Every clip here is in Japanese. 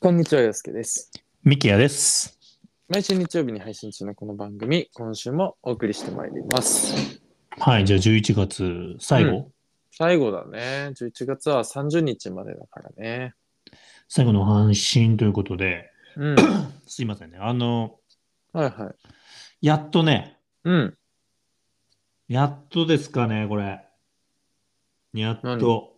こんにちは、洋介です。ミキヤです。毎週日曜日に配信中のこの番組、今週もお送りしてまいります。はい、じゃあ11月最後、う最後だね。11月は30日までだからね。最後の配信ということで、うん。 すいませんね。あの、はいはい。やっとね、うん。やっとですかね、これ。やっと、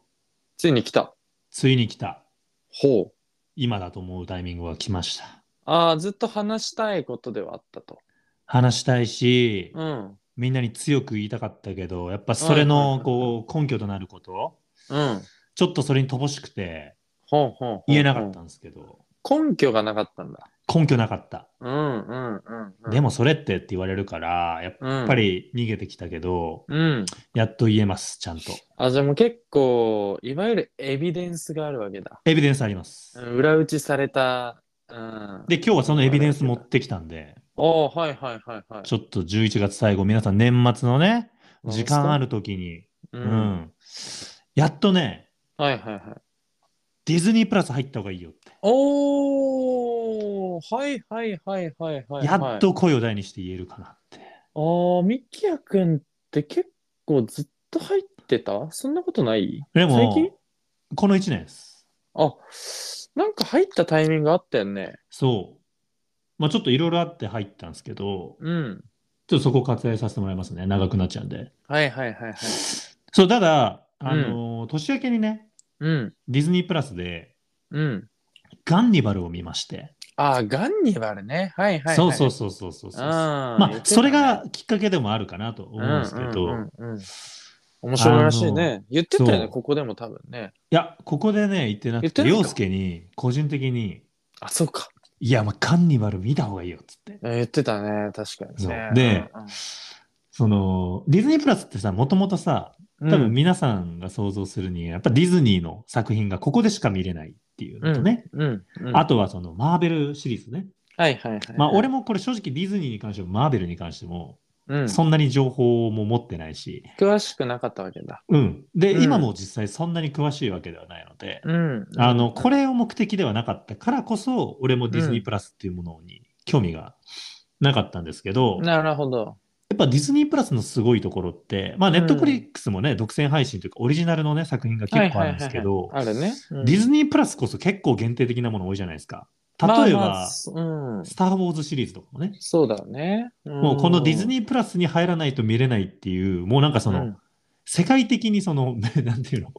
ついに来た。ついに来た。ほう。今だと思うタイミングが来ました。ああ、ずっと話したいことではあったと。話したいし、うん。みんなに強く言いたかったけど、やっぱそれはいはいはいのはいこう根拠となること、うん。ちょっとそれに乏しくてほうほうほうほう言えなかったんですけど、根拠がなかったんだ。根拠なかった。うんうんうん、うん。で、もそれってって言われるから、やっややっぱ。り逃げてきたけど、うん。やっと言えます、ちゃんと。あ、じゃあもう結構、いわゆるエビデンスがあるわけだ。エビデンスあります。うん裏打ちされた。うん。で、今日はそのエビデンス持ってきたんで、おーはいはいはいはい。ちょっと11月最後、皆さん年末のね、何で時すか間ある時に、う。うんん、やっとね、はいはいはい。ディズニープラス入った方がいいよって、おーはいはいはいはいはい。やっ。と声を大にして言えるかなって。あー、ミキヤくんって結構ずっと入ってたそんなことないで最も近、この1年です。あ、なんか入ったタイミングあったよね。そう。まあちょっといろいろあって入ったんですけど、うん。ちょっとそこ割愛させてもらいますね。長くなっちゃうんで。はいはいはいはい。そう、ただ、あのー年明けにね、うん。ディズニープラスで、うん。ガンニバルを見まして。あー、ガンニバルね。はいはい、はい。そうそうう。そうそうそうそう。あーま言あっ、てたねそれがきっかけでもあるかなと思うんですけど、うんいうんうんうん面白いらしいね。言ってたよそね、うここでも多分ね。や、ここでね、言ってな言っくてなて、いか凌介に、個人的に、あ、そうか。いや、まあ、カンニバル見た方がいいよ、っつって。言ってたね、確かにねそう。でうんうんその、ディズニープラスってさ、もともとさ、多う分ん皆さんが想像するに、やっぱディズニーの作品がここでしか見れないっていうのとね、うんうん、あとはその、マーベルシリーズね。はいはいはい。まあ、俺もこれ正直ディズニーに関しても、マーベルに関しても、うん、そんなに情報も持ってないし、詳しくなかったわけだ。うん。で、うん今も実際そんなに詳しいわけではないので、うん。あの、これを目的ではなかったからこそ、俺もディズニープラスっていうものに興味がなかったんですけど、やなるほど。っぱディズニープラスのすごいところって、まあ、ネットフリックスもね、独占配信というか、オリジナルのね、作品が結構あるんですけど、はいはいはいはいあるね。うんディズニープラスこそ結構限定的なもの多いじゃないですか。例まあえば、まあそうん。スター・ウォーズシリーズとかもね、そうだね。もうこのディズーニープラスに入らないと見れないっていう、もうなんかその、世界的にその、 なんていうの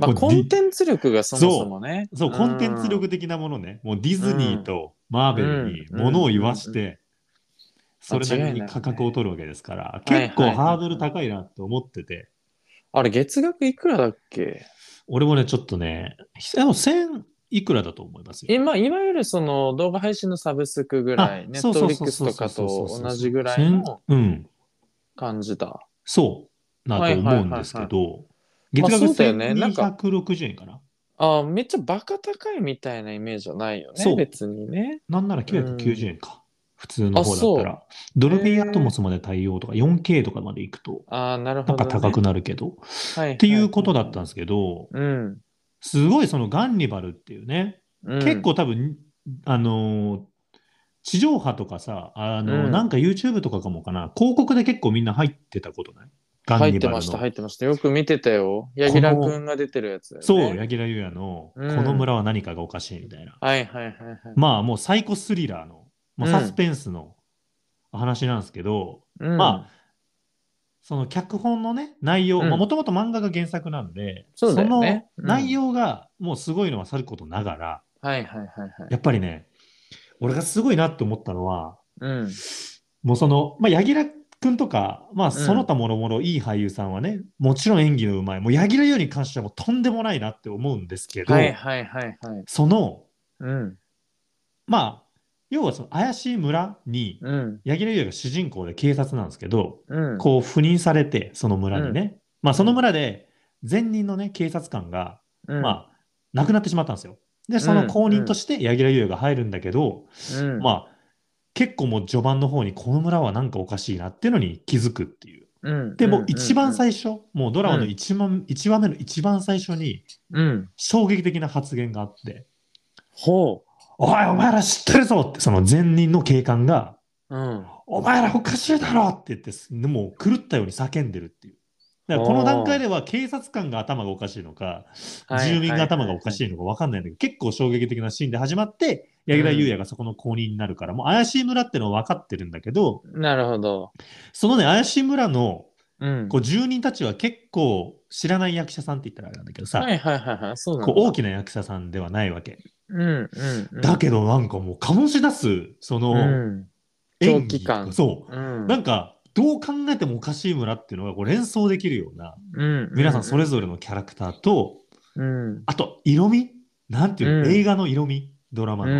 まあ、もうコンテンツ力がそもそもね。そう、コンテンツ力で。的なものね、もうディズニーとマーベルにものを言わして、それなりに価格を取るわけですから、間違いない結構ハードル高いなって思ってて、あれ、月額いくらだっけ俺もね、ちょっとね、でも1000いくらだと思いますよ。今、いわゆるその動画配信のサブスクぐらい、ネッそうトフそうリそッうクスそうとかと同じぐらいの1000うん、感じだ。そう、なと思うんですけど、月まあ額そうだよねなんか1260円かな。ああ、めっちゃバカ高いみたいなイメージはないよそね、う別にね。なんなら990円か。普通の方だったあら。ドルビへーーアトモスまで対応とか、4K とかまで行くと、ああ、なるなほんど、かね。高くなるけど。はいはいっていうことだったんですけど、うん。すごいそのガンニバルっていうね、うん結、構多分、あのー地上波とかさ、あのーうんなんか YouTube とかかもかな、広告で結構みんな入ってたことないガン入ニってバルの。ました、入ってました。よく見てたよ。柳楽くんが出てるやつだよね。そう、柳楽優弥の、うんこの村は何かがおかしいみたいな。はいはいはいはい。まあもうサイコスリラーの、まあ、うんサスペンスの話なんですけど、うんまその脚本のね、内容、うんもともと漫画が原作なんで、そうだよねその内容がもうすごいのはさることながら、はいはいはいはい。やっぱりね、俺がすごいなって思ったのは、うん。もうその、まあ、柳楽君とか、まあ、んその他もろもろいい俳優さんはね、もちろん演技のうまい、もう柳楽優に関してはもうとんでもないなって思うんですけど、はいはいはいはい。その、うん。まあ、要はその怪しい村に、うん。柳楽優が主人公で警察なんですけど、うん。こう赴任されて、その村にね、まあ、その村で前任のね、警察官が、うん、まあ、亡くなってしまったんですよ。で、そうのん後任として柳楽優が入るんだけど、うん、あ、まあ、結構もう序盤の方にこの村はなんかおかしいなっていうのに気づくっていう。うん。でうもうん一番、最初、もうドラマの一番、一話目の一番最初にうん。衝撃的な発言があって、ほう。おい、お前ら知ってるぞって、その前任の警官が、うん。お前らおかしいだろって言って、すでもう狂ったように叫んでるっていう。だからこの段階では警察官が頭がおかしいのか、住民が頭がおかしいのか分かんないんだけど、結構衝撃的なシーンで始まって、柳楽優弥がそこの公認になるから、もう怪しい村ってのは分かってるんだけど、なるほど。そのね、怪しい村のうん。こう住人たちは結構知らない役者さんって言ったらあれなんだけどさ、はいはいはいはい。そうなんこだう大きな役者さんではないわけ。うんうんうん。だけどなんかもう醸し出す、そのうん。狂演気技とか、感そうう。ん。なんか、どう考えてもおかしい村っていうのがこう連想できるような、うん。皆さんそれぞれのキャラクターと、うん。あと色味なんていうの、うん映画の色味ドラマの、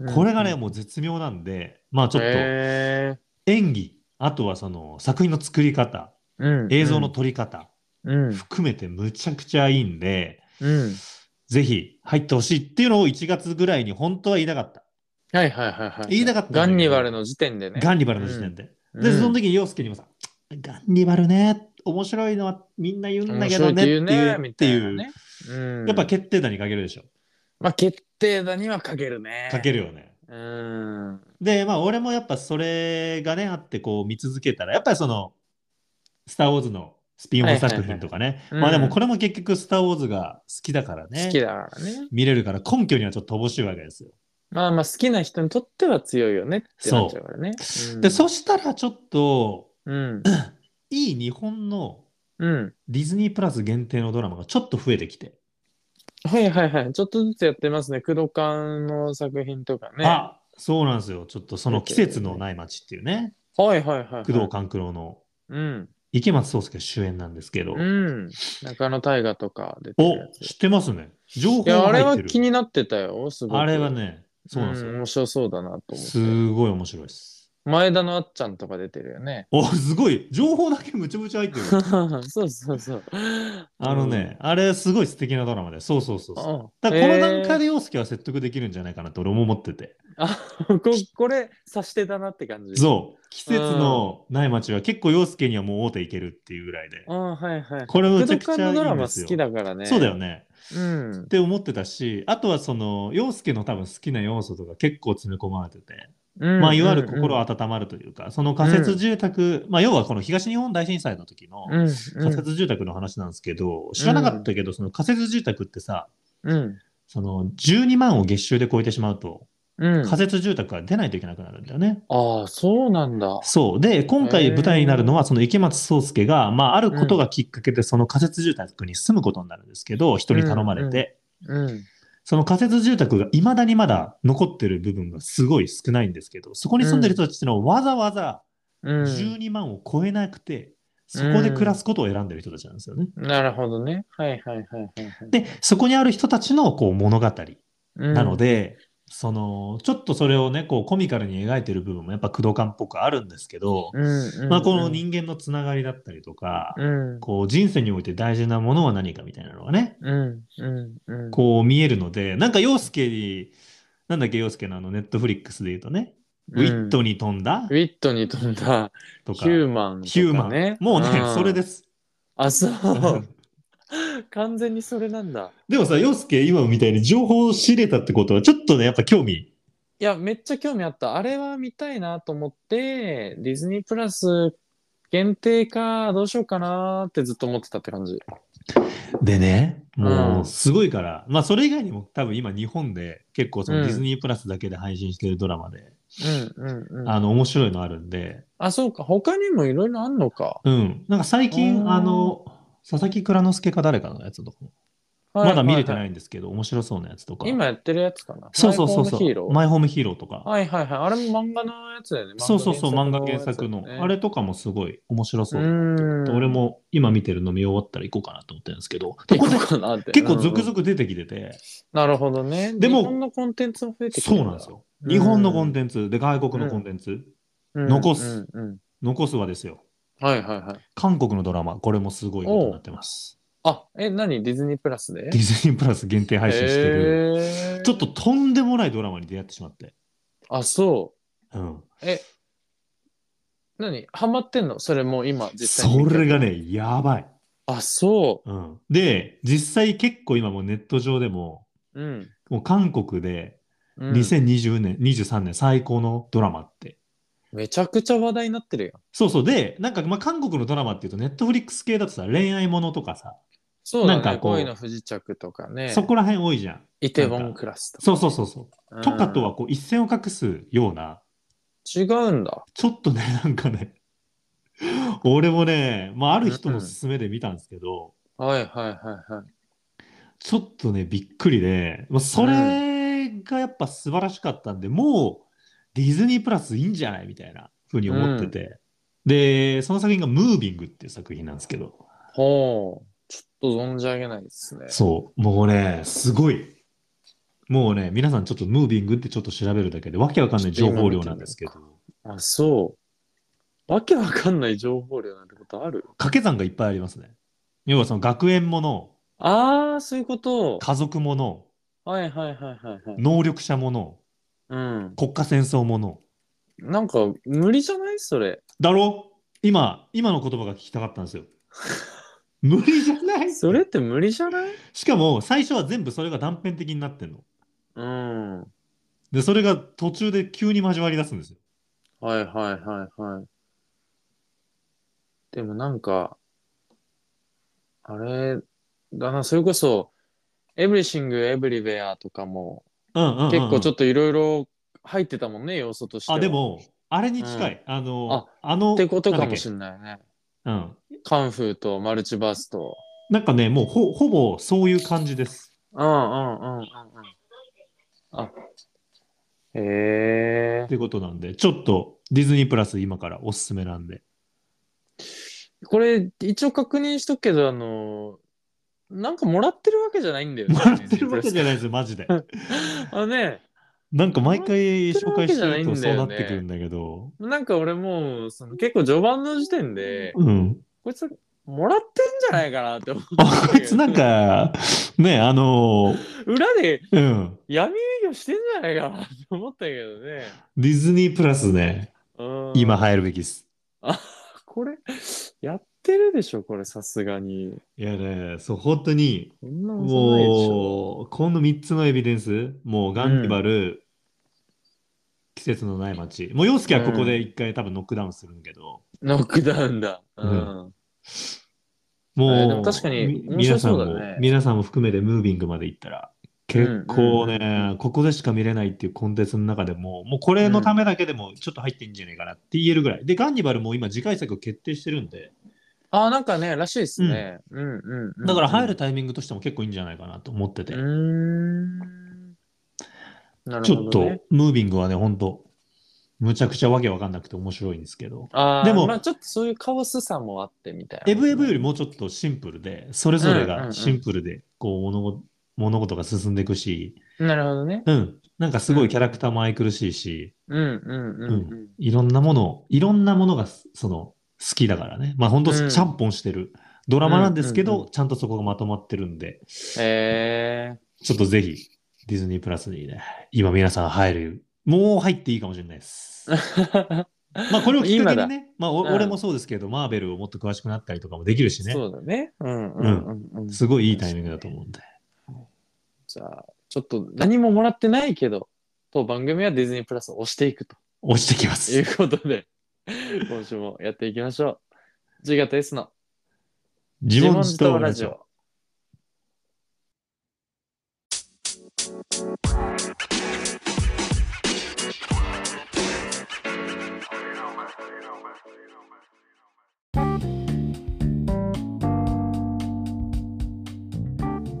うん。これがね、うん、もう絶妙なんでまあちょっとへ演技あとはその作品の作り方ーうん映像の撮り方、うん。含めてむちゃくちゃいいんでうん。ぜひ入ってほしいっていうのを1月ぐらいに本当は言いたかった、はいはいはいはい。言いたかったんだけどガンニバルの時点でね。ガンニバルの時点で、うでんその時に陽介にもさ「ガンニバルね面白いのはみんな言うんだけどね」っていう面白いねっていうみたいなねうんやっぱ決定打にかけるでしょまあ決定打にはかけるね。かける。るよね、うん。で、まあ、俺もやっぱそれがね、あって、こう見続けたら、やっぱりその、スター・ウォーズのスピンオフ作品とかね、はいはいはいまあうでんもこれも結局、スター・ウォーズが好きだからね、好きだからね。見れるから、根拠にはちょっと乏しいわけですよ。まあまあ好きな人にとっては強いよねってなっちゃうからね。うんで、そしたらちょっと、うん。いい日本のうん。ディズニープラス限定のドラマがちょっと増えてきて、はいはいはい。ちょっとずつやってますね。黒缶の作品とかね。はあそうなんですよ、ちょっとその季節のない街っていうね、いはいはいはい。工藤官九郎のうん。池松壮亮主演なんですけど、うん。中野大河とか出てるやおつ。知ってますね。情報いや、があれ入っはてる。気になってたよ。すごく。あれはね、そうなんですよ。面白そうだなと思って。すごい面白いです。前田のあっちゃんとか出てるよ ね。お、すごい情報だけむちゃむちゃ入っ てる。そうそうそう。あのね、あれすごい素敵なドラマで。そうそうそううそう。ん。あだからこのへ段階ーで陽介は説得できるんじゃないかなと俺も思ってて。あ ここれ、指してたなって感じ。そう。季節のない街は結構陽介にはもう大手いけるっていうぐらいでう。ん、はいはい。これ福むち徳ゃくちゃい館のドいラんマです好よき。だからね。そうだよね。うんっ。て思ってたし、あとはその、陽介の多分好きな要素とか結構詰め込まれてて、まあいわゆる心は、温まるというか、その仮設住宅、まあ要はこの東日本大震災の時の、うんうん、仮設住宅の話なんですけど、知らなかったけど、その仮設住宅ってさ、うん。その12万を月収で超えてしまうと、うん。仮設住宅は出ないといけなくなるんだよね。ああ、そうなんだ。そう。で、今へ回ー舞台になるのは、その池松壮亮が、まあ、あることがきっかけで、その仮設住宅に住むことになるんですけど、人に頼まれうんうて、うん。その仮設住宅が未だにまだ残ってる部分がすごい少ないんですけど、そこに住んでる人たちってのはわざわざうん。 12万を超えなくて、そこで暮らすことを選んでる人たちなんですよね。なるほどね。はいはいはいはいはい。で、そこにある人たちのこう物語うんなの、で、その、ちょっとそれをね、こうコミカルに描いてる部分もやっぱ工藤感っぽくあるんですけど、うんうんまあこの人間のつながりだったりとか、うん。こう人生において大事なものは何かみたいなのがね、うん。うん。うん。こう見えるので、なんか陽介に、なんだっけ陽介のあのネットフリックスで言うとね、ウィットに飛んだウィットに飛んだとか、ヒューマンとか、ね。ヒューマン。もうね、んそれ で。す。あ、そう。完全にそれなんだ。でもさ、陽介今みたいに情報を仕入れたってことは、ちょっとね、やっぱ興味いや、めっちゃ興味あった。あれは見たいなと思って、ディズニープラス限定か、どうしようかなーってずっと思ってたって感じ。でね、もうんうすごいから、まあそれ以外にも多分今日本で結構そのうんディズニープラスだけで配信してるドラマで、うんうんうん。ああの面白いのあるんで、そうか。他にもいろいろあんのか。うん。なんか最うん。近、あの、佐々木蔵之介か誰かのやつとかも、まだ見れてないいんですけど、面白そうなやつとか。今やってるやつかな。そうそうそうそマイホームヒーロう。ーマイホームヒーローとか。はいはいはい。あれも漫画のやつだよね。そうそうそう、漫画原やつだ作よねの。あれとかもすごい面白そうう。ーん。俺も今見てるの見終わったら行こうかなと思ってるんですけど、行こうかなって。結構続うんうん々出てきてて、なるほどね。でも日本のコンテンツも増えてきてそうるなんです。よ。うん日本のコンテンツ、で外国のコンテンツ、うん残す。うんうん残すはですよ。はいはいはい。韓国のドラマ、これもすごいことになってます。あ、え、何ディズニープラスでディズニープラス限定配信してる、へーちょっととんでもないドラマに出会ってしまって。あ、そうん。う。何ハマってんのそれもう今、実際そに。れがね、やばい。あ、そうん。で、実際結構今もうネット上でも、う。うん。もう韓国で、うん2020年、23年最高のドラマって。めちゃくちゃ話題になってるよ。そうそう。で、なんか、まあ、韓国のドラマっていうと、ネットフリックス系だとさ、恋愛ものとかさ、そうだなんかね。こう恋の不時着とかね。そこら辺多いじゃん。イテウォンクラスとか。そうそうそうそう。うんとかとはこう一線を画すような、違うんだ。ちょっとね、なんかね、 俺もね、まあ、ある人の勧めで見たんですけど、はいはいはいはい。ちょっとね、びっくりで、まあ、それがやっぱ素晴らしかったんで、もうディズニープラスいいんじゃないみたいなふうに思ってて、で、その作品がムービングっていう作品なんですけど、ほう。ちょっと存じ上げないですね。そう、もうね、すごい。もうね、皆さんちょっとムービングってちょっと調べるだけで、わけわかんない情報量なんですけど、あ、そう。わけわかんない情報量なんてことある掛け算がいっぱいありますね。要はその学園もの、ああ、そういうこと。家族もの、はいはいはいはいはい。能力者もの、うん。国家戦争もの。なんか、無理じゃないそれ。だろ今、今の言葉が聞きたかったんです よ。無理じゃないそれって無理じゃないしかも、最初は全部それが断片的になってんの。うん。で、それが途中で急に交わり出すんですよ。はいはいはいはい。でもなんか、あれだな、それこそ、エブリシング・エブリウェアとかも、うんうんうん、結構ちょっっといろいろ入ってたもんね、要素としてあ、は。でも、あれに近い。あの、あの、ってことかもしれんないね。ない。うん。カンフーとマルチバースと。なんかね、もうほほぼそういう感じです。うんうんうんうんうん。あ、へえっ。てことなんで、ちょっとディズニープラス今からおすすめなんで。これ、一応確認しとくけど、あの、なんかもらってるわけじゃないんだよね。もらってるわけじゃないですよ、マジで。あのね、なんか毎回ってる紹わ介けしじゃなているんだよねとそうなってくるんだけど。なんか俺もうその結構序盤の時点で、うん。こいつもらってんじゃないかなって思ってあ、こいつなんか、ね、あの裏でーうん。闇営業してんじゃないかなって思ったけどね。ディズニープラスね、うん、今入るべきです。これやってるでしょこれさすがに。いやね、そう、本当に、こんなのさないでしょ。もう、この3つのエビデンス、もう、ガンニバル、季節のない街。もう、洋介はここで一回多分ノックダウンするんだけど、ノックダウンだ。うん。あれでももう、確かにみ面白皆さんそうだねも、皆さんも含めてムービングまで行ったら、結構ね、ここでしか見れないっていうコンテンツの中でも、もうこれのためだけでもちょっと入ってんじゃねえかなって言えるぐらい。で、ガンニバルも今次回作決定してるんで、あなんかねらしいですね。うん、うん、うんうんだから入るタイミングとしても結構いいんじゃないかなと思ってて、うーん。なるちほょっど、とね。ムービングはね、ほんと、むちゃくちゃわけわかんなくて面白いんですけど、あででもも、まあ、ちょっとそういうカオスさもあってみたいな。エブエブよりもうちょっとシンプルで、それぞれがシンプルで、こう物事、物事が進んでいくし、なるほどね。うん。なんかすごいキャラクターも愛くるしいし、うんうんうんうん。いろんなものを、いろんなものがすその好きだからね。まあ本当うんちゃんぽんしてるドラマなんですけど、うんうんちゃんとそこがまとまってるんで、えちょっとぜひディズニープラスにね、今皆さん入る、もう入っていいかもしれない です。ー、まあこれをきっかけに今ね、まあおうん俺もそうですけど、マーベルをもっと詳しくなったりとかもできるしね、そうだね。うんうんうんうん。すごいいいタイミングだと思うんで。じゃあ、ちょっと何ももらってないけど、当番組はディズニープラスを押していくと押してきまいす。うことで、今週もやっていきましょう。G 型 S の自問自答ララジジオ。オ。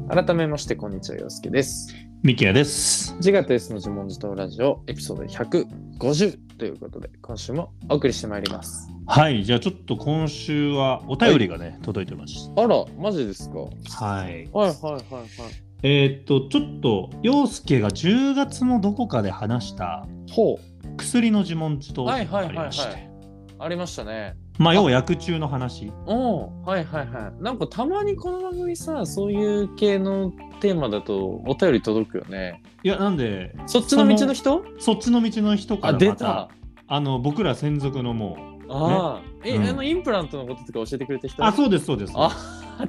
改めまして、こんにちは、洋介です。ミキヤです。自我と S の自問自答ラジオ、エピソード150ということで、今週もお送りしてまいります。はい、じゃあちょっと今週はお便りがね、届いてましあら、マジですかはた。はい。いはいはいはい。えーっとちょっと陽介が10月のどこかで話したほう。薬の自問自答があはいりはいはいはいまして、ありましたね。まあ要は薬中の話うん。はいはいはい。なんかたまにこの番組さ、そういう系のテーマだとお便り届くよね。いやなんでそっちの道の人そっちの道の人かあ、ら出またた。あの僕ら専属のもうああ、え、うんあの、インプラントのこととか教えてくれた人あそうですそうですあ、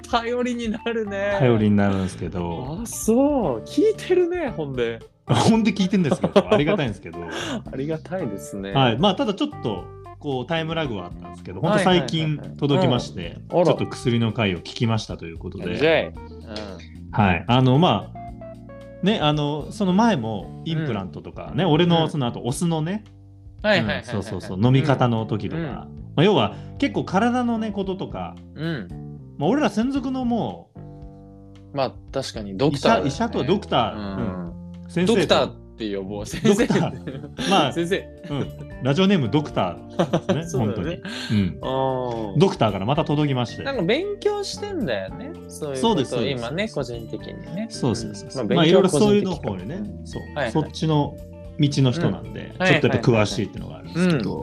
頼りになるね。頼りになるんですけどあ、そう。聞いてるね、ほんで。ほんで聞いてんです けど、ありがたいんですけど、ありがたいですね。はい。まあ、ただちょっと、こう、タイムラグはあったんですけど、本当最はい近はいはいはい届きまして、うんあらちょっと薬の回を聞きましたということじゃいで、うはい。あの、まあ、ね、あの、その前も、インプラントとかね、俺うの、んその後、オスのね、んはいはいはいはい、うんそうそうそう、飲み方の時とか、うんまあ、要は、結構体のね、こととか、うん。うん。まあ、俺ら専属のもまあ確かにうド医クターだ者,、よね、医者とドクター、うんうん先ド生クターとって呼ぼう。先ド生クタまあ、先生。うん、ラジオネームドクターです そねうだ本当にね、うん、あドクターからまた届きましなんてか勉強してんだよね。そういうことそうですそうです今ね、個人的にね。そうそうそう、んまあいろいろそういうの個方人的にかねそう、はいはいそっちの道の人なんで、うんちょっとやっぱ詳しいっていうのがあるんですけど、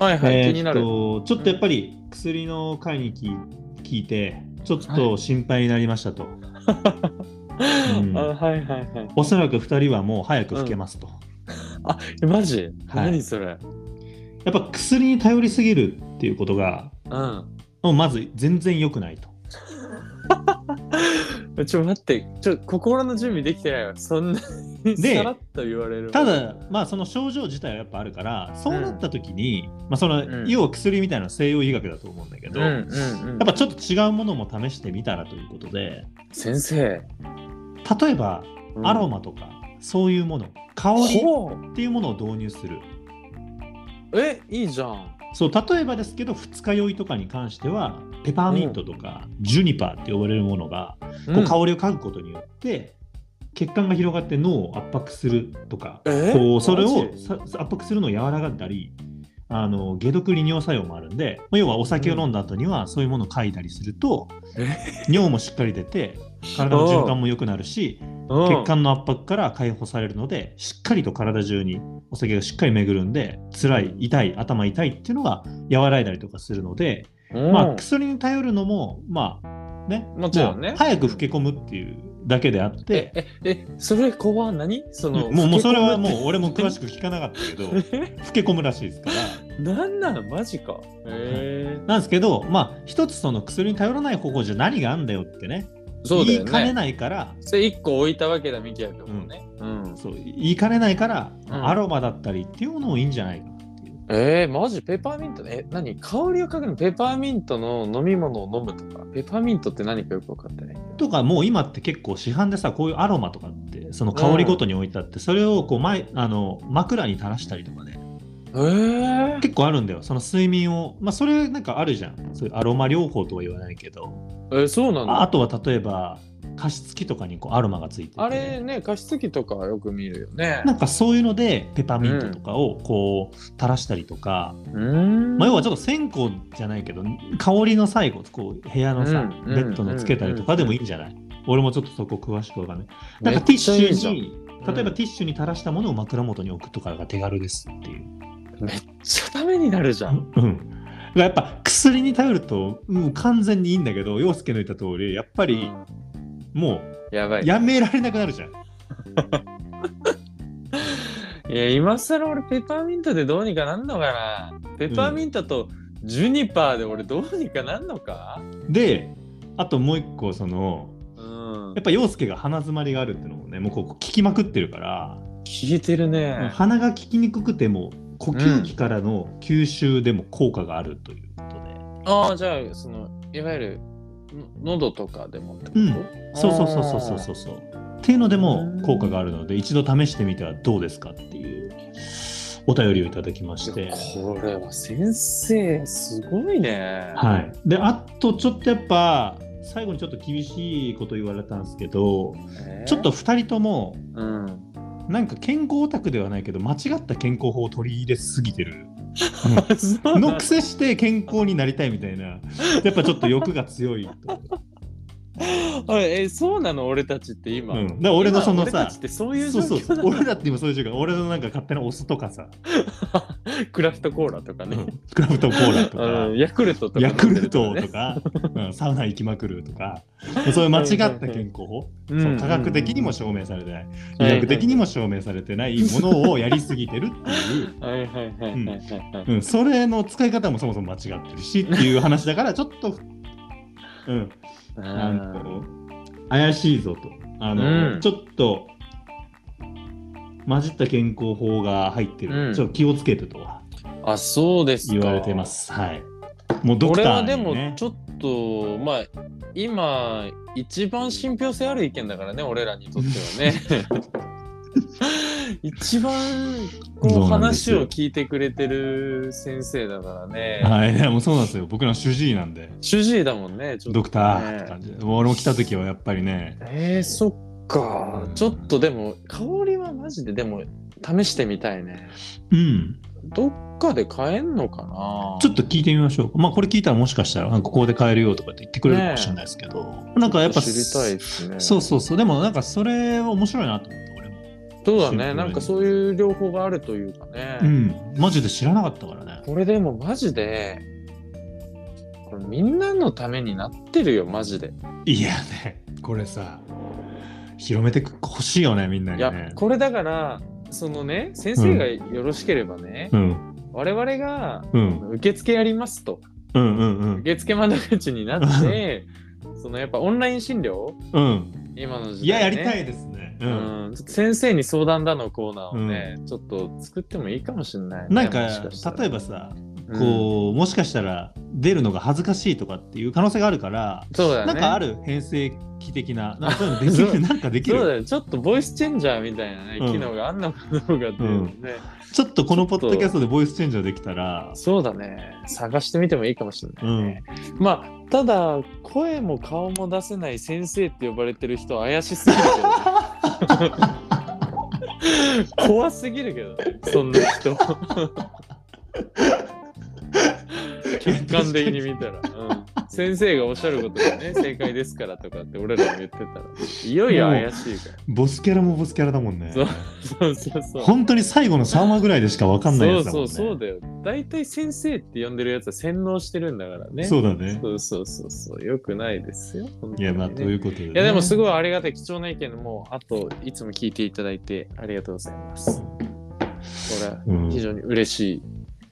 はいはい、え気にーなっる。とちょっとやっぱり薬の会に聞聞いてちょっと心配になりましたと、うんあはいはいはい。おそらく2人はもう早く老けますと、えマジ、はい何それやっぱ薬に頼りすぎるっていうことがうん。もうまず全然良くないと。えちょ、待って、ちょ、心の準備できてないわ。そんなにでさらっと言われる。た、だ、まあ、その症状自体はやっぱあるからそうなった時に、まあそのうん要は薬みたいな西洋医学だと思うんだけうど、んうんうん。やっぱちょっと違うものも試してみたらということで先生。例えばアロマとか、そういうもの香マりほうっていうものを導入するえ、いいじゃん。そう例えばですけど二日酔いとかに関してはペパーミントとか、ジュニパーって呼ばれるものが、うこんう香りを嗅ぐことによって血管が広がって脳を圧迫するとかえこうそれをマジさ圧迫するのを和らがったりあの解毒利尿作用もあるんで、まあ、要はお酒を飲んだ後にはそういうものを嗅いだりすると、尿もしっかり出て体の循環も良くなるしうん血管の圧迫から解放されるのでしっかりと体中にお酒がしっかり巡るんで辛い痛い頭痛いっていうのが和らいだりとかするので、うんまあ、薬に頼るのもまあねもちろんねもう早く老け込むっていうだけであってえ。ええそれこは何そのもうもうそれはもうう俺も詳しく聞かなかった けど老け込むらしいですから何なのマジかへえなんですけどまあ一つその薬に頼らない方法じゃ何があんだよってねそうだよ言いかねねないからそれ一個置いたわけだミキヤ君もねうんそう言いかねないから、うんアロマだったりっていうものもいいんじゃないかえー、マジペパーミントえ何香りをかけるのペパーミントの飲み物を飲むとかペパーミントって何かよく分かってないとかもう今って結構市販でさこういうアロマとかってその香りごとに置いてあって、それをこう前あの枕に垂らしたりとかねえー、結構あるんだよその睡眠をまあそれなんかあるじゃんそういうアロマ療法とは言わないけどえそうなのあああとは例えば加湿器とかにこうアロマがついててれね加湿器とかよく見るよねなんかそういうのでペパーミントとかをこう垂らしたりとか、うーんまあ、要はちょっと線香じゃないけど香りの最後こう部屋のさ、うんうんベッドのつけたりとかでもいいんじゃない、俺もちょっとそこ詳しくわかんないなめんっかちゃテいィッいシじゃんュに例えばうんティッシュに垂らしたものを枕元に置くとかが手軽ですっていう、めっちゃためになるじゃんうん、だからやっぱ薬に頼るともう完全にいいんだけど陽介の言った通りやっぱりもやばいうやめられなくなるじゃん、いや、今更俺ペパーミントでどうにかなんのかな。ペパーミントとジュニパーで俺どうにかなんのかであともう一個そのうんやっ。ぱ陽介が鼻づまりがあるってのもねもうこう聞きまくってるから、聞いてるね。鼻が効きにくくても呼吸器からの吸収でも効果があるということで、ああ、じゃあ、その、いわゆる、の喉とかでもってこと、うんそうそうそうそうそうそうそうっていうのでも効果があるので一度試してみてはどうですかっていうお便りをいただきましあーいてや。これは先生、すごいね。はい、であとちょっとやっぱ最後にちょっと厳しいこと言われたんですけどえーちょっと、2人ともうん。なんか健康オタクではないけど間違った健康法を取り入れすぎてるそうなのんくせして健康になりたいみたいなやっぱちょっと欲が強いと、あれえそうなの俺たちって今。うん、だから俺のそ今の俺さたちってそういう状そうそ況うそうなの俺だって今そういう状況俺のなんか勝手なお酢とかさ、クラフトコーラとかうね。ん、クラフトコーラとかうん、ヤクルトとか、ヤクルトとか、うん、サウナ行きまくるとかそういう間違った健康法うんそう科学的にも証明されてない、うん医学的にも証明されてないものをやりすぎてるっていう、はいはいはいはいはいはい。うん、それの使い方もそもそも間違ってるしっていう話だからちょっと、うん、うなんんか怪しいぞとあの、うんちょっと混じった健康法が入ってる、うんちょっと気をつけてとあ、そうですか。言われてます。はい。もうドこクれターはに、でね、もちょっと、まあ今一番信憑性ある意見だからね俺らにとって はね一番こうそうなんです話よを聞いてくれてる先生だからね、はい、でもそうなんですよ。僕ら主治医なんで、主治医だもんねちょっとドクターって感じで。もう俺も来た時はやっぱりね、えー、そっかちょっとでも香りはマジででも試してみたいねうん、どっかで買えんのかなちょっと聞いてみましょう。まあこれ聞いたらもしかしたら、あここで変えるよとかって言ってくれるかもしれないですけど、なんかやっぱ、知りたいですねそうそうそう、でもなんかそれ面白いなと思って、俺も。そうだシンプルねになんかそういう両方があるというかね、うん、マジで知らなかったからね。これでもマジでこれみんなのためになってるよマジでいやね、これさ、広めてほしいよね、みんないにやね。これだからそのね先生がよろしければね、うん、我々がうん、受付やりますとうん、うん、うん、受付窓口になってそのやっぱオンライン診療うん。今の時いや、や代、ね、りたいですね。う。うんん、ちょっと先生に相談だのコーナーをね、ちょっと作ってもいいかもしれない、ね、なんもしかしたら例えばさ、うんこうもしかしたら出るのが恥ずかしいとかっていう可能性があるから、そうだよねなんかある編成期的ななんかそういうのできそう るなんかできそうるだよちょっとボイスチェンジャーみたいなね、うん機能があんのかどうかっていうのね、ちょっとこのポッドキャストでボイスチェンジャーできたらそうだね探してみてもいいかもしれない、うんまあただ声も顔も出せない先生って呼ばれてる人怪しすぎる けど怖すぎるけどねそんな人客観的に見たら、うん、先生がおっしゃることがね正解ですからとかって俺らも言ってたらいよいよ怪しいからボスキャラもボスキャラだもんね そうそうそうそう本当に最後の3話ぐらいでしか分かんないやつだもんそうねそうそうだよ大体先生って呼んでるやつは洗脳してるんだからねそうだねそうそうそうそうよくないですよ本当にいねやまあということで、いやでもすごいごいありがたい貴重な意見もあといつも聞いていただいてありがとうございますこれはうん非常に嬉しい、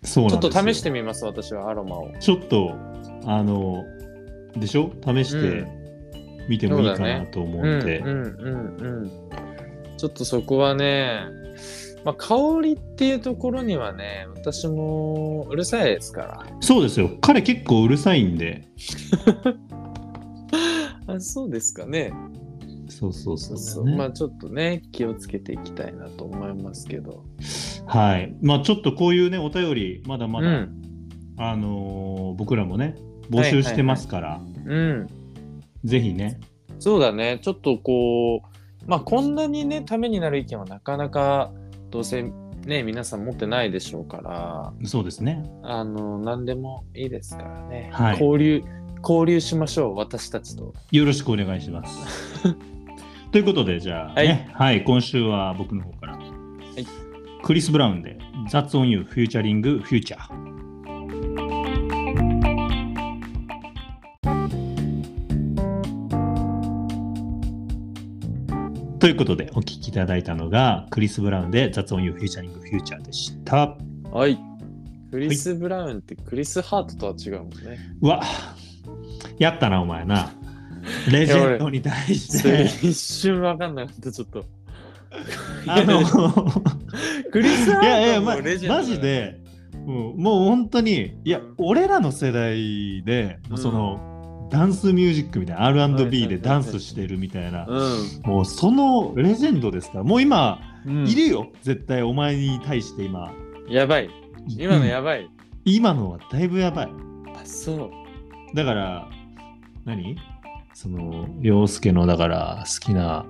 そうちなょんっでとすよ試してみます私はアロマをちょっとあのでしょ試して見てもいいかなと思うっんうんてうんうんちょっとそこはねまあ香りっていうところにはね私もうるさいですからそうですよ彼結構うるさいんであそうですかねそうそうそうそうそそうう、まあちょっとね気をつけていきたいなと思いますけど、はいまあちょっとこういうねお便りまだまだ、うんあのー僕らもね募集してますから、うんぜひねそうだねちょっとこうまあこんなにねためになる意見はなかなかどうせね皆さん持ってないでしょうからそうですねあの何でもいいですからね、はい交流交流しましょう私たちとよろしくお願いします ということでじゃあねはい、今週は僕の方から、いクリス・ブラウンで「That's on You フューチャリングフューチャー」ということでお聞きいただいたのがクリス・ブラウンで「That's on You フューチャリングフューチャー」でした。はいクリス・ブラウンってクリス・ハートとは違うもんね、うわやったなお前なレジェンドに対しそれて一瞬分かんなかったちょっとあのクリス・ハいやいーや、トまはもうレジェンドだマジで、うんもう本当にいや、うん俺らの世代で、もうそのダンスミュージックみたいなはいはいは R&B いでダンスしてるみたいな、うもうそのレジェンドですからもう今、ん、いるよ絶対お前に対して今やばい今のうんやばい、今のはだいぶやばいあそうだから何その陽介のだから好きな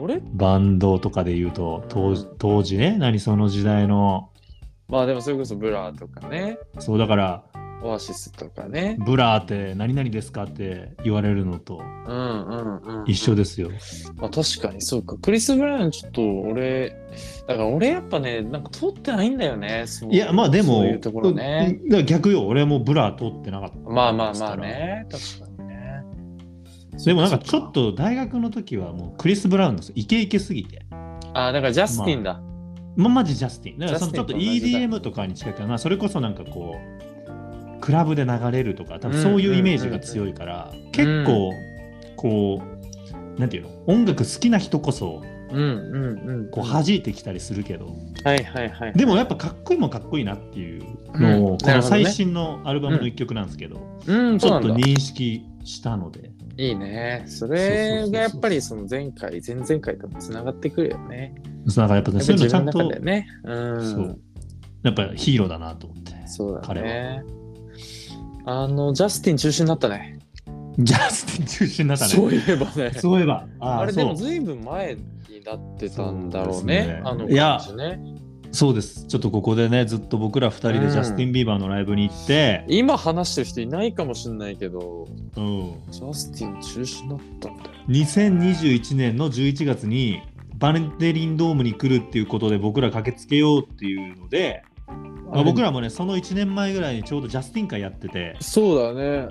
俺バンドとかで言うと当時当時ね何その時代のまあでもそれこそブラとかねそうだからオアシスとかねブラーって何々ですかって言われるのとうんうんうん、一緒ですよ。まあ、確かにそうかクリス・ブラウンちょっと俺だから俺やっぱねなんか通ってないんだよねそういやまあでもそういうところねうんだから逆よ俺もブラー通ってなかった。まあまあまあ。ね確かにねでもなんかちょっと大学の時はもうクリス・ブラウンのイケイケすぎて。あだからジャスティンだ、まあ、マジジャスティン。だからそのジちャょスっテとィンと同じだ EDM とかに近いから、まあ、それこそなんかこうクラブで流れるとか多分そういうイメージが強いから、うんうんうん結構こうなんていうの音楽好きな人こそうんうんうんうん。こう弾いてきたりするけど、はいはいはい。でもやっぱかっこいいもんかっこいいなっていうのを、うんこなるほどねの最新のアルバムの一曲なんですけど、うん、ちそうょなっんとだ認識したので、いいね。そそうそうそうれそうがやっぱりその前回、前々回ともつながってくるよね。なんかやっぱねやっぱそういう自のちゃ分んのと、中でね。うん。そうやっぱヒーローだなと思って。そうだ彼ね。あの、ジャスティン中止になったね。ジャスティン中心になったね。そういえばね。そういえば、あーあれそでうも随分前になってたんだろうそうですねね。あのいや感じね。そうです。ちょっとここでね、ずっと僕ら2人うでんジャスティン・ビーバーのライブに行って、今話してる人いないかもしれないけど、うん、ジャスティン中止になったんだよ。 2021年の11月にバレンテリンドームに来るっていうことで僕ら駆けつけようっていうので、まあ、僕らもねその1年前ぐらいにちょうどジャスティン会やってて、そうだね。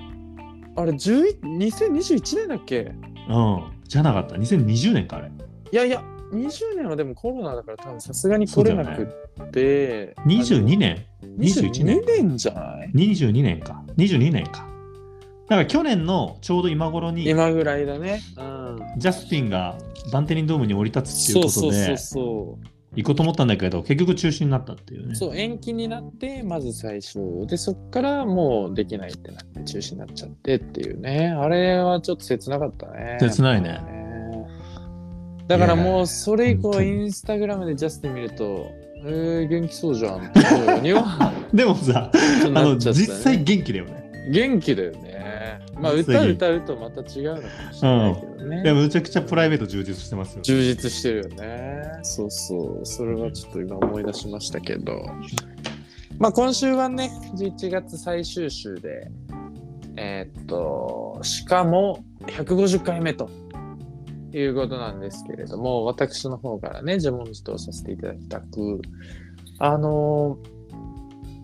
あれ、11 2021年だっけうん、じゃなかった2020年かあれいやいや、20年はでもコロナだから多分さすがに来れなくって。 22年21 ?22 年年年じゃない22年か22年かだから去年のちょうど今頃に今ぐらいだね。うん。ジャスティンがバンテリンドームに降り立つってそいううこそとうそうでそ行こうと思ったんだけど結局中止になったっていうねう。そう、延期になって、まず最初。で、そっからもうできないってなって、中止になっちゃってっていうね。あれはちょっと切なかったね。切ないねだからもいうやそれ以降本当にインスタグラムでジャスティン見ると、えー、元気そうじゃんっていうにはでもさちょっとなあのっちゃったね実際元気だよね元気だよね。まあ実歌際に歌うとまた違うのかもしれないけどね。いやむちゃくちゃプライベート充実してますよ充実してるよね。そうそう。それはちょっと今思い出しましたけど。まあ今週はね、11月最終週で、えーっと、しかも150回目ということなんですけれども、私の方からね、自問自答させていただきたく、あのー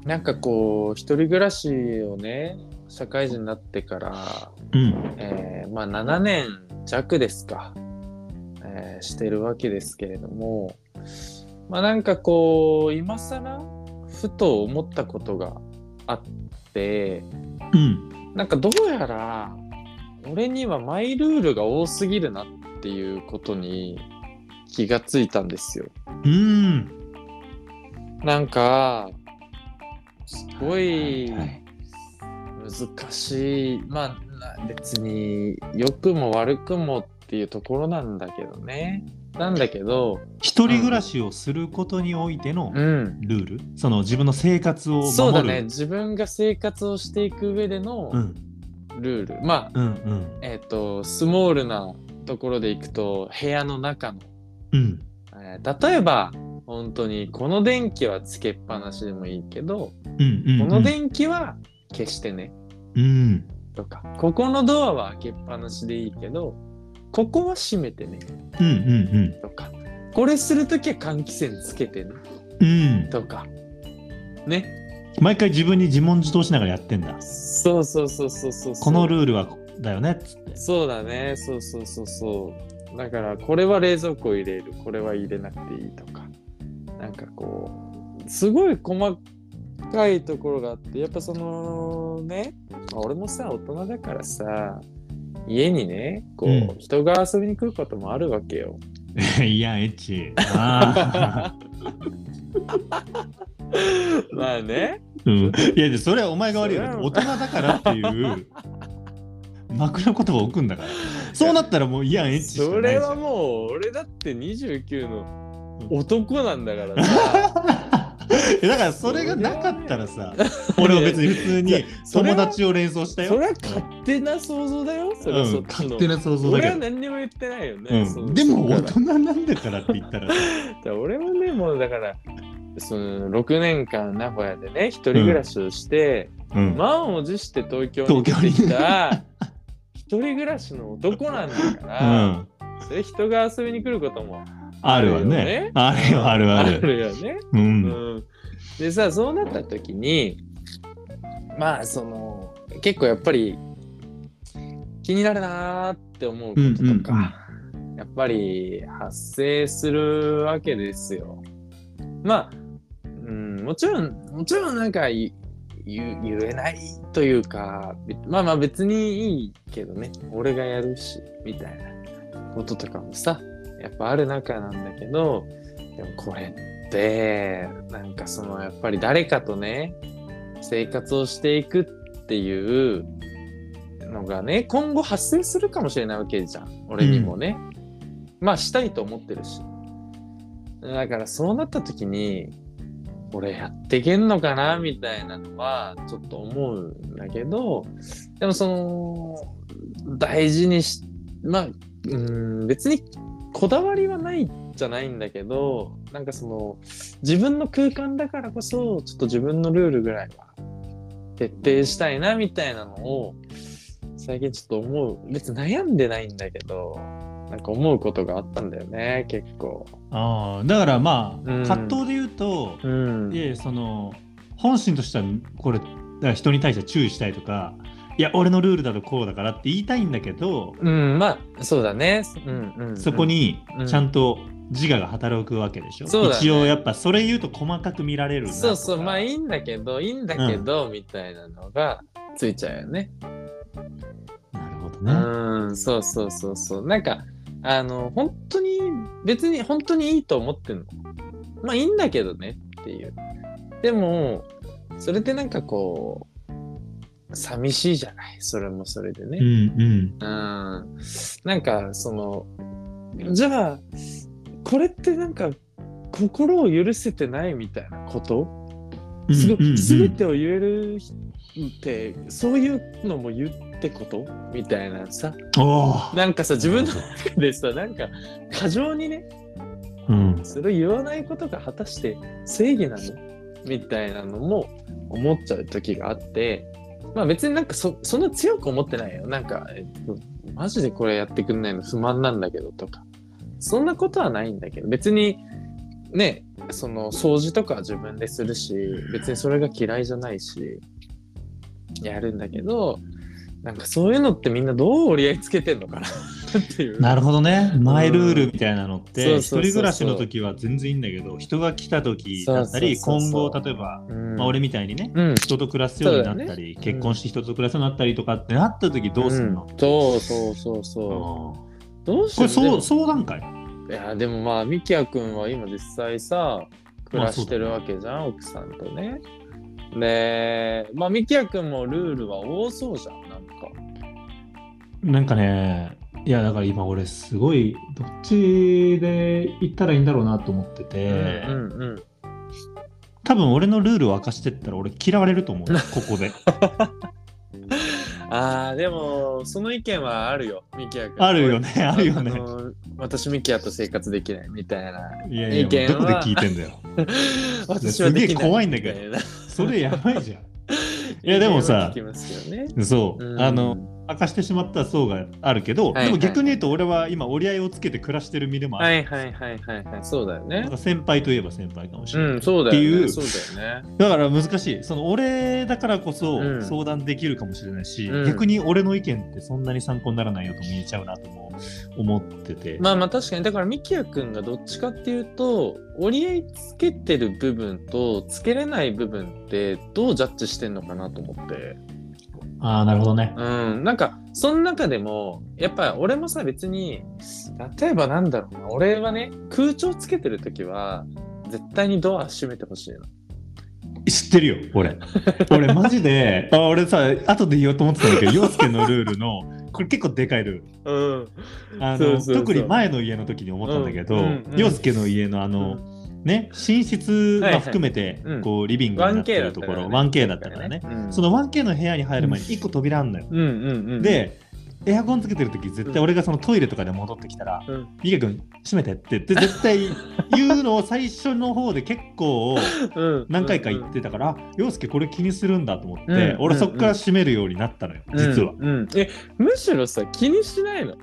なんかこう、一人暮らしをね、社会人になってから、うんえーまあ、7年弱ですか、えーしてるわけですけれども、まあ、なんかこう今更ふと思ったことがあってうんなんかどうやら俺にはマイルールが多すぎるなっていうことに気がついたんですよ。うんなんかすごいはい難しいまあな別に良くも悪くもっていうところなんだけどねなんだけど一人暮らしをすることにおいてのうんルール、その自分の生活を守るそうだね自分が生活をしていく上でのうんルール、まあうんうんえっ、とスモールなところでいくと部屋の中の、うんえー例えば本当にこの電気はつけっぱなしでもいいけど、うんうんこの電気は消してねうんとかここのドアは開けっぱなしでいいけどここは閉めてねうんうんとかこれするときは換気扇つけてねうんうんとかね毎回自分に自問自答しながらやってんだそうそうそうそうそうそうこのルールはだよねっつってそうだねそうそうそうそうだからこれは冷蔵庫入れるこれは入れなくていいとかなんかこうすごい細かいところがあってやっぱそのねまあ俺もさ大人だからさ家にねこう、うん人が遊びに来ることもあるわけ よ。いやエッチあまあねー うんいやでそれはお前が悪いよだって大人だからっていう枕言葉を置くんだからそうなったらもういやエッチしかそないれじゃはんもう俺だって29の男なんだからさ えだからそれがなかったらさ俺は別に普通いやにそれ 友は達を連想したそよれは勝手な想像だよそれはそっうんちの勝手な想像だ俺けはど何にも言ってないようね。そん、うでもだ大か人なんだからって言ったらさら俺もね、もうだから、その6年間名古屋でね、一人暮らしをして、うん満を持して東京に東京来てにきた、一人暮らしの男なんだかうら、ん、それ人が遊びに来ることもあるわねあるよあるああるるよね。ううんん、でさ、そうなった時に、まあ、その、結構やっぱり気になるなーって思うこととか、やっぱり発生するわけですよ。まあ、うん、もちろん、もちろんなんかい言う言えないというか、べまあまあ別にいいけどね、俺がやるし、みたいなこととかもさ、やっぱある中なんだけどでもこれってなんかそのやっぱり誰かとね生活をしていくっていうのがね今後発生するかもしれないわけじゃん俺にもね、まあしたいと思ってるしだからそうなった時に俺やっていけんのかなみたいなのはちょっと思うんだけどでもその大事にしまあうん別にこだわりはないじゃないんだけどなんかその自分の空間だからこそちょっと自分のルールぐらいは徹底したいなみたいなのを最近ちょっと思う別に悩んでないんだけどなんか思うことがあったんだよね結構。ああだからまあ、うん葛藤で言うと、うんいやいやその本心としてはこれだから人に対して注意したいとかいや俺のルールだとこうだからって言いたいんだけど、うん、まあそうだね、うんうんうん、そこにうんちゃんと自我が働くわけでしょ、そうだね一応やっぱそれ言うと細かく見られるなとかそうそうまあいいんだけどいいんだけど、みたいなのがついちゃうよねなるほどうね、ん、そうそうそうそうなんかあの本当に別に本当にいいと思ってんのまあいいんだけどねっていうでもそれでなんかこう寂しいじゃないそれもそれでね、うん、うんうんなんかそのじゃあこれってなんか心を許せてないみたいなことうんすごうんうん全てを言える人ってそういうのも言ってことみたいなさおーなんかさ自分の中でさなんか過剰にねうんそれを言わないことが果たして正義なのみたいなのも思っちゃう時があってまあ別になんかそそんな強く思ってないよなんか、えっと、マジでこれやってくんないの不満なんだけどとかそんなことはないんだけど別にねその掃除とかは自分でするし別にそれが嫌いじゃないしやるんだけどなんかそういうのってみんなどう折り合いつけてんのかなっていう。なるほどねマイルールみたいなのっうてん一人暮らしの時は全然いいんだけど人が来た時だったりそうそうそう今そう後例えば、うんまあ、俺みたいにねうん、人と暮らすようになったり、ね結婚して人と暮らすようになったりとかってなった時どうするの、んそうそうそううそんこう。どうしてれそうう相談会いやでもまあミキヤ君は今実際さ暮らしてるわけじゃん、奥さんとね。でまあミキヤ君もルールは多そうじゃんなんか。なんかねいやだから今俺すごいどっちで行ったらいいんだろうなと思ってて、うんうんうん。多分俺のルールを明かしてったら俺嫌われる と思うここでああでもその意見はあるよミキヤ君。あるよねある よねの私ミキヤと生活できないみたいな。いやいや意見はどこで聞いてんだよ私はできないすげえ怖いんだけどみたなそれやばいじゃんいやでもさ意見は聞きますよね。そう、うんあの明かしてしまった層があるけはど、いはいでも逆に言うと俺は今折り合いをつけて暮らしてる身でもあはる、いはいはいはいはいそうだよなねんか。先輩といえば先輩かもしれない、うんそうだよね。っていうそうだよね。だから難しいその俺だからこそうん相談できるかもしれないし、うん逆に俺の意見ってそんなに参考にならないよとも言えちゃうなとも思ってて、まあまあ確かにだからミキヤくんがどっちかっていうと折り合いつけてる部分とつけれない部分ってどうジャッジしてんのかなと思ってああなるほどねうんなんかその中でもやっぱ俺もさ別に例えばなんだろうな俺はね空調つけてる時は絶対にドア閉めてほしいの知ってるよ俺俺マジで あ俺さ後で言おうと思ってたんだけ ど陽介のルールのこれ結構でかいルールうんあのそうそうそう特に前の家の時に思ったんだけど、うんうんうん陽介の家のあの、ね寝室はいはがい含めて、うんこうリビングになってるところ 1K だったからねうんその 1K の部屋に入る前に1個扉あんのよ、うんうんうんでエアコンつけてる時絶対俺がそのトイレとかで戻ってきたらうん「ミ、カ、君閉めて」って言って絶対言うのを最初の方で結構うん何回か言ってたから「あ陽介これ気にするんだ」と思って、うんうん俺そっから閉めるようになったのよ、実はう。んうんえむしろさ気にしないの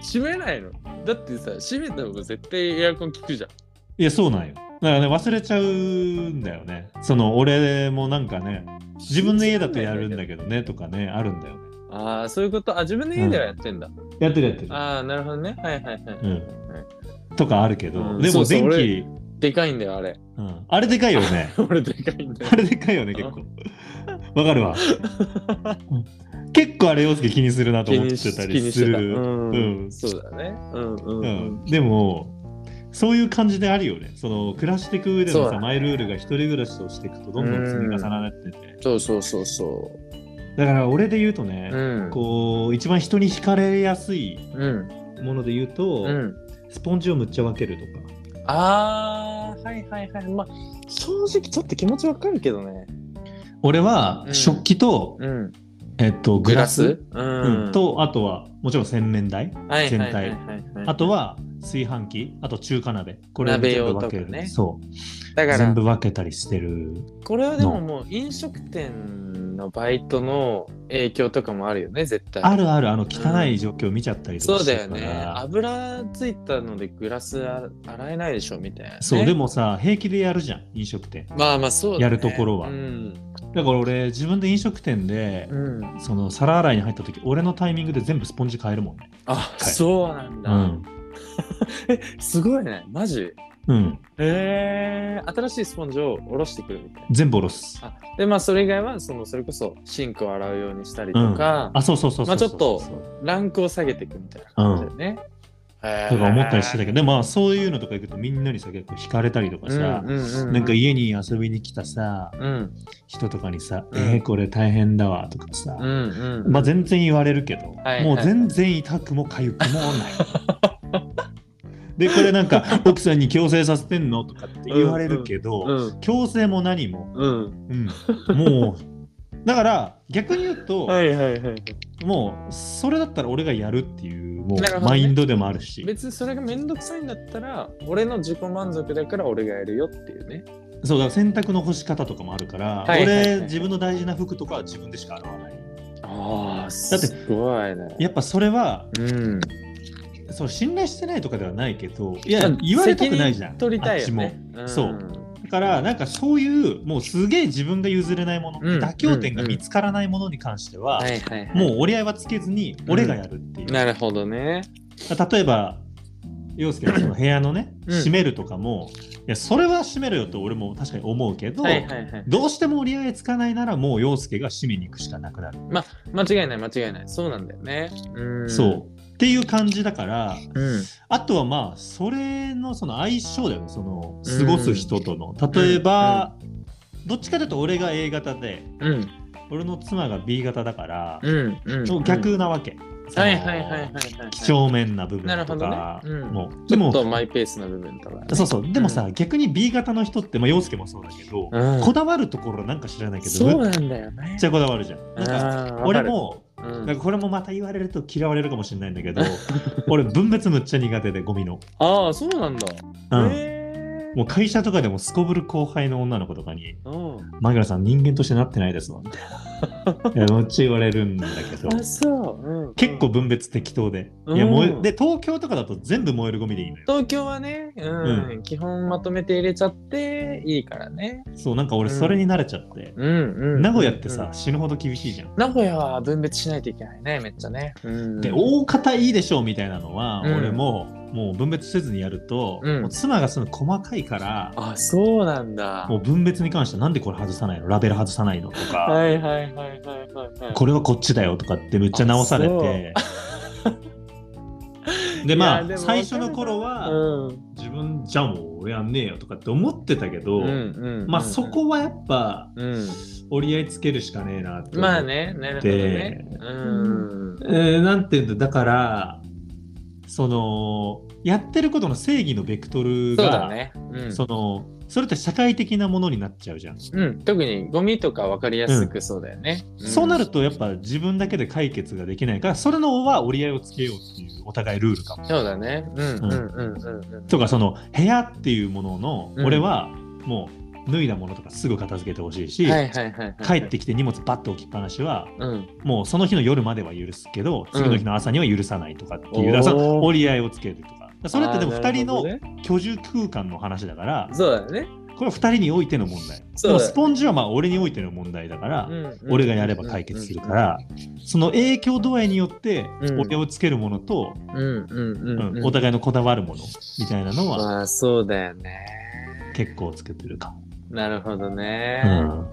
閉めないのだってさ閉めた方が絶対エアコン効くじゃんいやそうなんよだからね忘れちゃうんだよねその俺もなんかね自分の家だとやるんだけどねとかねあるんだよねああそういうことあ自分の家ではやってんだ、やってるやってるああなるほどねはいはいはい、うんとかあるけど、うんでそもうそう電俺気でかいんだよあれ うん、あれでかいよね俺でかいんだよあれでかいよね結構わかるわ結構あれ、洋介気にするなと気思っにてした気りにすしてた。うる。ん、うんそうだね。うんうんううん。ん、でも、そういう感じであるよね。その暮らしていく上でそうのださ、ねマイルールが一人暮らしをしていくと、どんどん積み重なってて。そうそうそうそだから、俺で言うとう。ね、うん。こう、一番人に惹かれやすいうん。もので言うと、うん。スポンジをむっちゃ分けるとか。ああ、はいはいはい。まあ、正直ちょっと気持ちわかるけどね。俺はうん食器と、うん。えっと、グラスうん。うん、、とあとはもちろん洗面台、はいはい全はいはい体はい。あとは炊飯器あと中華鍋これを鍋全用部分ける、とかねそうだから全部分けたりしてるこれはでももう飲食店のバイトの影響とかもあるよね絶対あるあるあの汚い状況見ちゃったりとそかうしてだるよかねら、油ついたのでグラスあ洗えないでしょみたいな、ね、そうでもさ平気でやるじゃん飲食店まあまあそうだ、ね、やるところはうん、だから俺自分で飲食店で、うん、その皿洗いに入った時俺のタイミングで全部スポンジ変えるもんねあ、いそうなんだ、すごいねマジうん、うん、へえ新しいスポンジを下ろしてくるみたいな全部おろすあでまあそれ以外はそのそれこそシンクを洗うようにしたりとか、あそうそうそうそまあうちょっとランクを下げていくみたいな感じだよね、へーとか思ったりしてたけどでもまあそういうのとか行くとみんなにさ結構惹かれたりとかさ、うんうんうんうん、なんか家に遊びに来たさうん人とかにさ「うんえー、これ大変だわ」とかさ、うんうんまあ全然言われるけど、はいもう全然痛くも痒くもない。でこれなん か奥さんに強制させてんのとかって言われるけど、うん強制も何も、うんうん、もうだから逆に言う と、はいはいはいもうそれだったら俺がやるっていうもなるほどうねマインドでもあるし別にそれがめんどくさいんだったら俺の自己満足だから俺がやるよっていうねそうだから洗濯の干し方とかもあるから、はいはいはい俺自分の大事な服とかは自分でしか洗わないああだってすごいねやっぱそれはうんそう信頼してないとかではないけどいやまあ言われたくないじゃ責任ん取りたいよねあっちもそうだからなんかそういうもうすげえ自分が譲れないもの、うん妥協点が見つからないものに関しては、はいはいはいもう折り合いはつけずに俺がやるっていう、なるほどね例えば陽介のその部屋のねうん閉めるとかも、いやそれは閉めるよと俺も確かに思うけど、はいはいはいどうしても折り合いつかないならもう陽介が閉めに行くしかなくなる、ま間違いない間違いないそうなんだよねうんそうっていう感じだからうんあとはまあそれのその相性だよねその過ごす人との、例えば、どっちかというと俺が A 型でうん俺の妻が B 型だから、うんうんもう逆なわけ、そのはいはいはいはいはいはい几帳面な部分なるほとどねか、うんもうちでょっともマイペースな部分とかねそうそうでもさ、逆に B 型の人って、まあ、陽介もそうだけど、うんこだわるところなんか知らないけどそうめっなんだよねちゃこだわるじゃんなんかあーわか俺るもうんなんかこれもまた言われると嫌われるかもしれないんだけど俺分別むっちゃ苦手でゴミの、ああそうなんだうんへーもう会社とかでもすこぶる後輩の女の子とかにうん「マギラさん人間としてなってないで すもん」みたいないやめっちゃ言われるんだけどあそう、うん、結構分別適当で、うんいや燃えで東京とかだと全部燃えるゴミでいいのよ東京はね、うん基本まとめて入れちゃっていいからね、そうなんか俺それに慣れちゃって、うんうん名古屋ってうさん死ぬほど厳しいじゃん、名古屋は分別しないといけないねめっちゃね、うん、で大方いいでしょうみたいなのは、うん俺ももう分別せずにやると、うんもう妻がその細かいからあそうなんだもう分別に関してはなんでこれ外さないのラベル外さないのとか、はいはいはいはいはいはいこれはこっちだよとかってめっちゃ直されて でまいやあでも最初の頃うはん自分じゃもうやんねえよとかって思ってたけど、うんうんうんまあそこはやっぱうん折り合いつけるしかねえなって思ってまあねなるほどねうんえーなんていうんだだからそのやってることの正義のベクトルそうがだねうんそのそれって社会的なものになっちゃうじゃん、うん、特にゴミとか分かりやすくそうだよね。んそうなるとやっぱ自分だけで解決ができないからそれのは折り合いをつけようっていうお互いルールかもそうだね。うんうんうんうんうん。とかその部屋っていうものの、うん俺はもう脱いだものとかすぐ片付けてほしいし、はいはいはい、はい。帰ってきて荷物バッと置きっぱなしはうん。もうその日の夜までは許すけど次の日の朝には許さないとかっていう、うんだからその折り合いをつけるとかそれってでもあー2人のなるほどね居住空間の話だからそうだよね。これは2人においての問題そうだでもねスポンジはまあ俺においての問題だから、うん俺がやれば解決するから、その影響度合いによってうん折り合いをつけるものと、うんうんううんんうん。お互いのこだわるものみたいなのはまあそうだよね。結構つけてるかも。なるほどね、うんま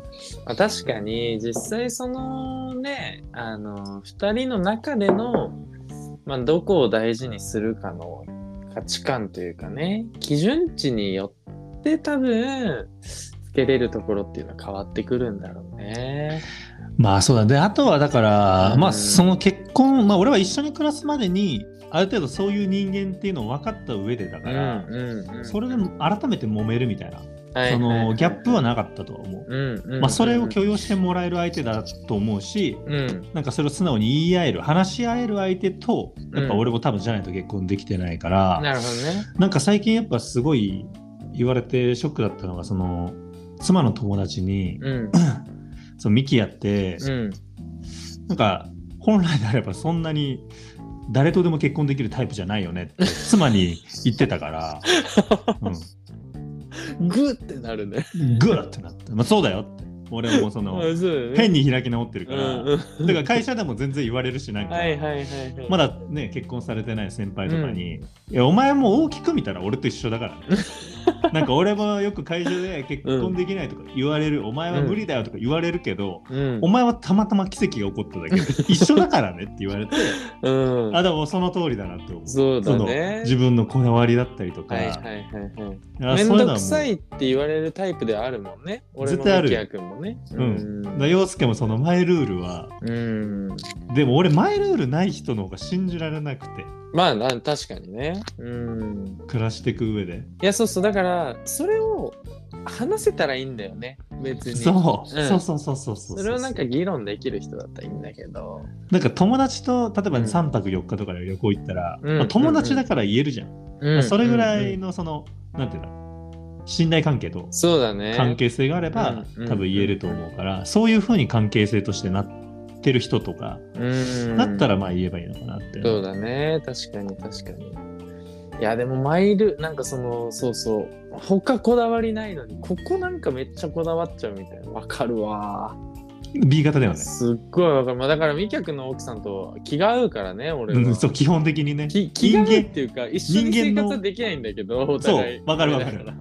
あ、確かに実際そのねあの2人の中での、まあ、どこを大事にするかの価値観というかね基準値によって多分つけれるところっていうのは変わってくるんだろうね。まあそうだねあとはだから、うんまあその結婚まあ俺は一緒に暮らすまでにある程度そういう人間っていうのを分かった上でだうかんら、うんうん、それでも改めて揉めるみたいな、はいそはいはいのギャップはなかったとは思う、うんうんうんまあ、それを許容してもらえる相手だと思うしうんなんかそれを素直に言い合える話し合える相手とやっぱうん俺も多分じゃないと結婚できてないから、なるほどね。なんか最近やっぱすごい言われてショックだったのがその妻の友達に、うんそのミキやって、うんなんか本来であればそんなに誰とでも結婚できるタイプじゃないよね って妻に言ってたから、グーってなるね。うん、グーってなって、まあ、そうだよって俺もそのあそうだよね変に開き直ってるかうら、んうんだから会社でも全然言われるしなんか、はいはいはいはい。まだね結婚されてない先輩とかに、いやお前も大きく見たら俺と一緒だからね、 なんか俺もよく会社で結婚できないとか言われる、お前は無理だよとか言われるけど、うんお前はたまたま奇跡が起こった だけで一緒だからねって言われてうんあでもその通りだなって思うそうだそのね。自分のこだわりだったりとか、はいはいはいはい。あめんそういうどのはくさもいって言われるタイプではあるもんね。俺も絶対あるミキヤ君もね。ううだ洋介もそのマイルールはうん。うん。でも俺マイルールない人の方が信じられなくてまあな確かにね。うん。暮らしていく上でいやそうそうだからそれを話せたらいいんだよね別に。そう、うんそうそうそうそうそうそれをなんか議論できる人だったらいいんだけど。なんか友達と例えばうん3泊4日とかで旅行行ったら、うんまあ友達だから言えるじゃん、うんそれぐらういんのその、なんていうの信頼関係とそうだね。関係性があれば、うん多分言えると思うから、そういうふうに関係性としてなってる人とかうん。だったらまあ言えばいいのかなって、そうだね確かに確かにいやでもマイルなんかそのそうそう他こだわりないのにここなんかめっちゃこだわっちゃうみたいなわかるわ B 型だよね、すっごいわかる、まあ、だから美脚の奥さんと気が合うからね俺うはん、そう基本的にね気気が合うっ人間ていうか一緒に生人間活のはできないんだけどお互いそうわかるわかだるら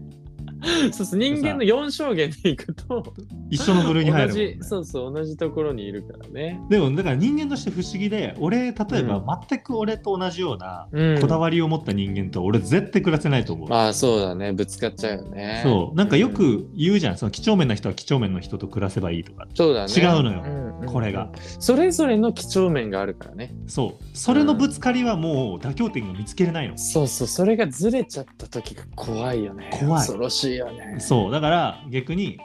そうそう人間の4象限でいくと一緒の部類に入る同もんねじそうそう同じところにいるからね、でもだから人間として不思議で俺例えば全く俺と同じようなうん、こだわわりを持った人間と俺絶対暮らせないと思う、まあそうだねぶつかっちゃうよねそうなんかよく言うじゃんその几帳面な人は几帳面の人と暮らせばいいとかそうだね。違うのよんうんうんこれが。それぞれの几帳面があるからね。そうそれのぶつかりはもう妥協点が見つけれないの、そうそう、それがずれちゃった時が怖いよね。怖い恐ろしいよね。そうだから逆に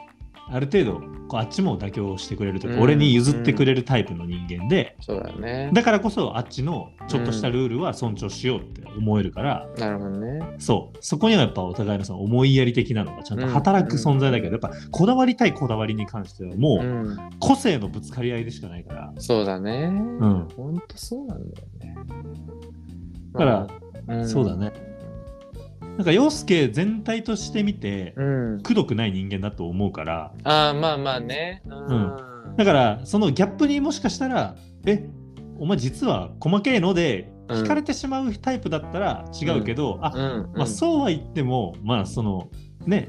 ある程度こうあっちも妥協してくれるというか、うん俺に譲ってくれるタイプの人間でそうだね。だからこそあっちのちょっとしたルールは尊重しようって思えるから、なるほどね。そうそこにはやっぱお互いのその思いやり的なのがちゃんと働く存在だけど、やっぱこだわりたいこだわりに関してはもう。うん個性のぶつかり合いでしかないから、そうだね。うん、ほんとそうなんだよね。だから、まあ、んそうだ。ね。なんか洋介全体としてみて、うん。くどくない人間だと思うから、ああ、まあまあね。うんだからそのギャップにもしかしたら、えお前実は細けいので、うん惹かれてしまうタイプだったら違うけど、あ、うん、まあそうは言っても、まあそのね、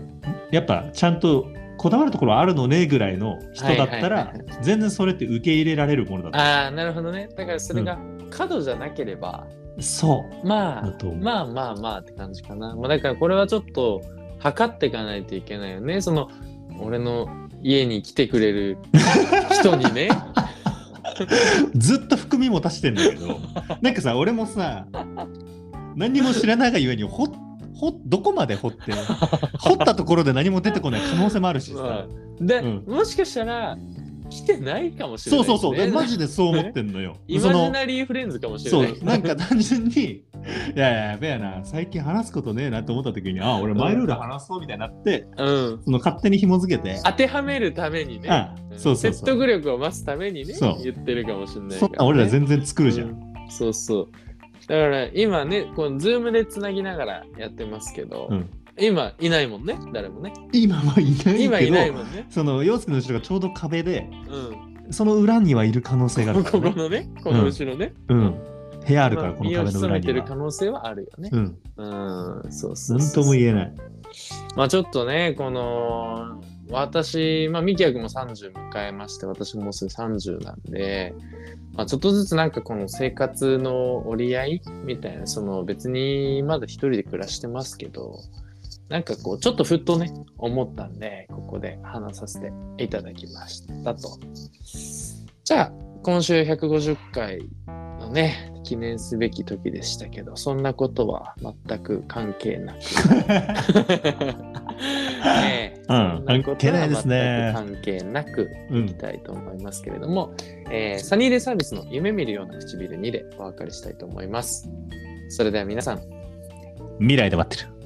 やっぱちゃんとこだわるところはあるのねぐらいの人だったはいらはいはい、全然それって受け入れられるものだああ、なるほどね。だからそれが過度じゃなければ、と。そう。まだあと思うまあまあまあって感じかな、まあ、だからこれはちょっと測っていかないといけないよねその俺の家に来てくれ る人にねずっと含み持たしてんだ けどなんかさ俺もさ何にも知らないがゆえにほほどこまで掘って掘ったところで何も出てこない可能性もあるしさうで、うんもしかしたら来てないかもしれそなういしね、そうそうでマジでそう思って んのよイそマのジナリーフレンズかもしれそないうなんか単純に「いやいややべえな最近話すことねえな」と思った時に「あ俺マイルール話そう」みたいになってうん、その勝手に紐付けて当てはめるためにねあそうそう説そう得力を増すためにねそう言ってるかもしれないそんかなね俺ら全然作るじゃ、うんんそうそうだから今ねこのズームでつなぎながらやってますけど、うん今いないもんね誰もね今はいないけど今いないもんね。その陽介の後ろがちょうど壁でうん。その裏にはいる可能性があるかここら、ね。のね、この後ろね。うん。部屋ああるから、この身を壁の潜裏めてにる可は。能性はあるよね。うん。うん、そうそうなんそうとも言えない。まあちょっとね、この、私、まあ、ミキヤ君も30迎えまして、私ももうすぐ30なんで、まあ、ちょっとずつなんかこの生活の折り合いみたいな、その別にまだ一人で暮らしてますけど、なんかこう、ちょっとふっとね、思ったんで、ここで話させていただきましたと。じゃあ、今週150回のね、記念すべき時でしたけど、そんなことは全く関係 なく。ねえ、うんそんことは関係ないですね全く関係なくういきん。たいと思いますけれども、えーサニーデイサービスの夢見るような唇にでお別れしたいと思います。それでは皆さん、未来で待ってる。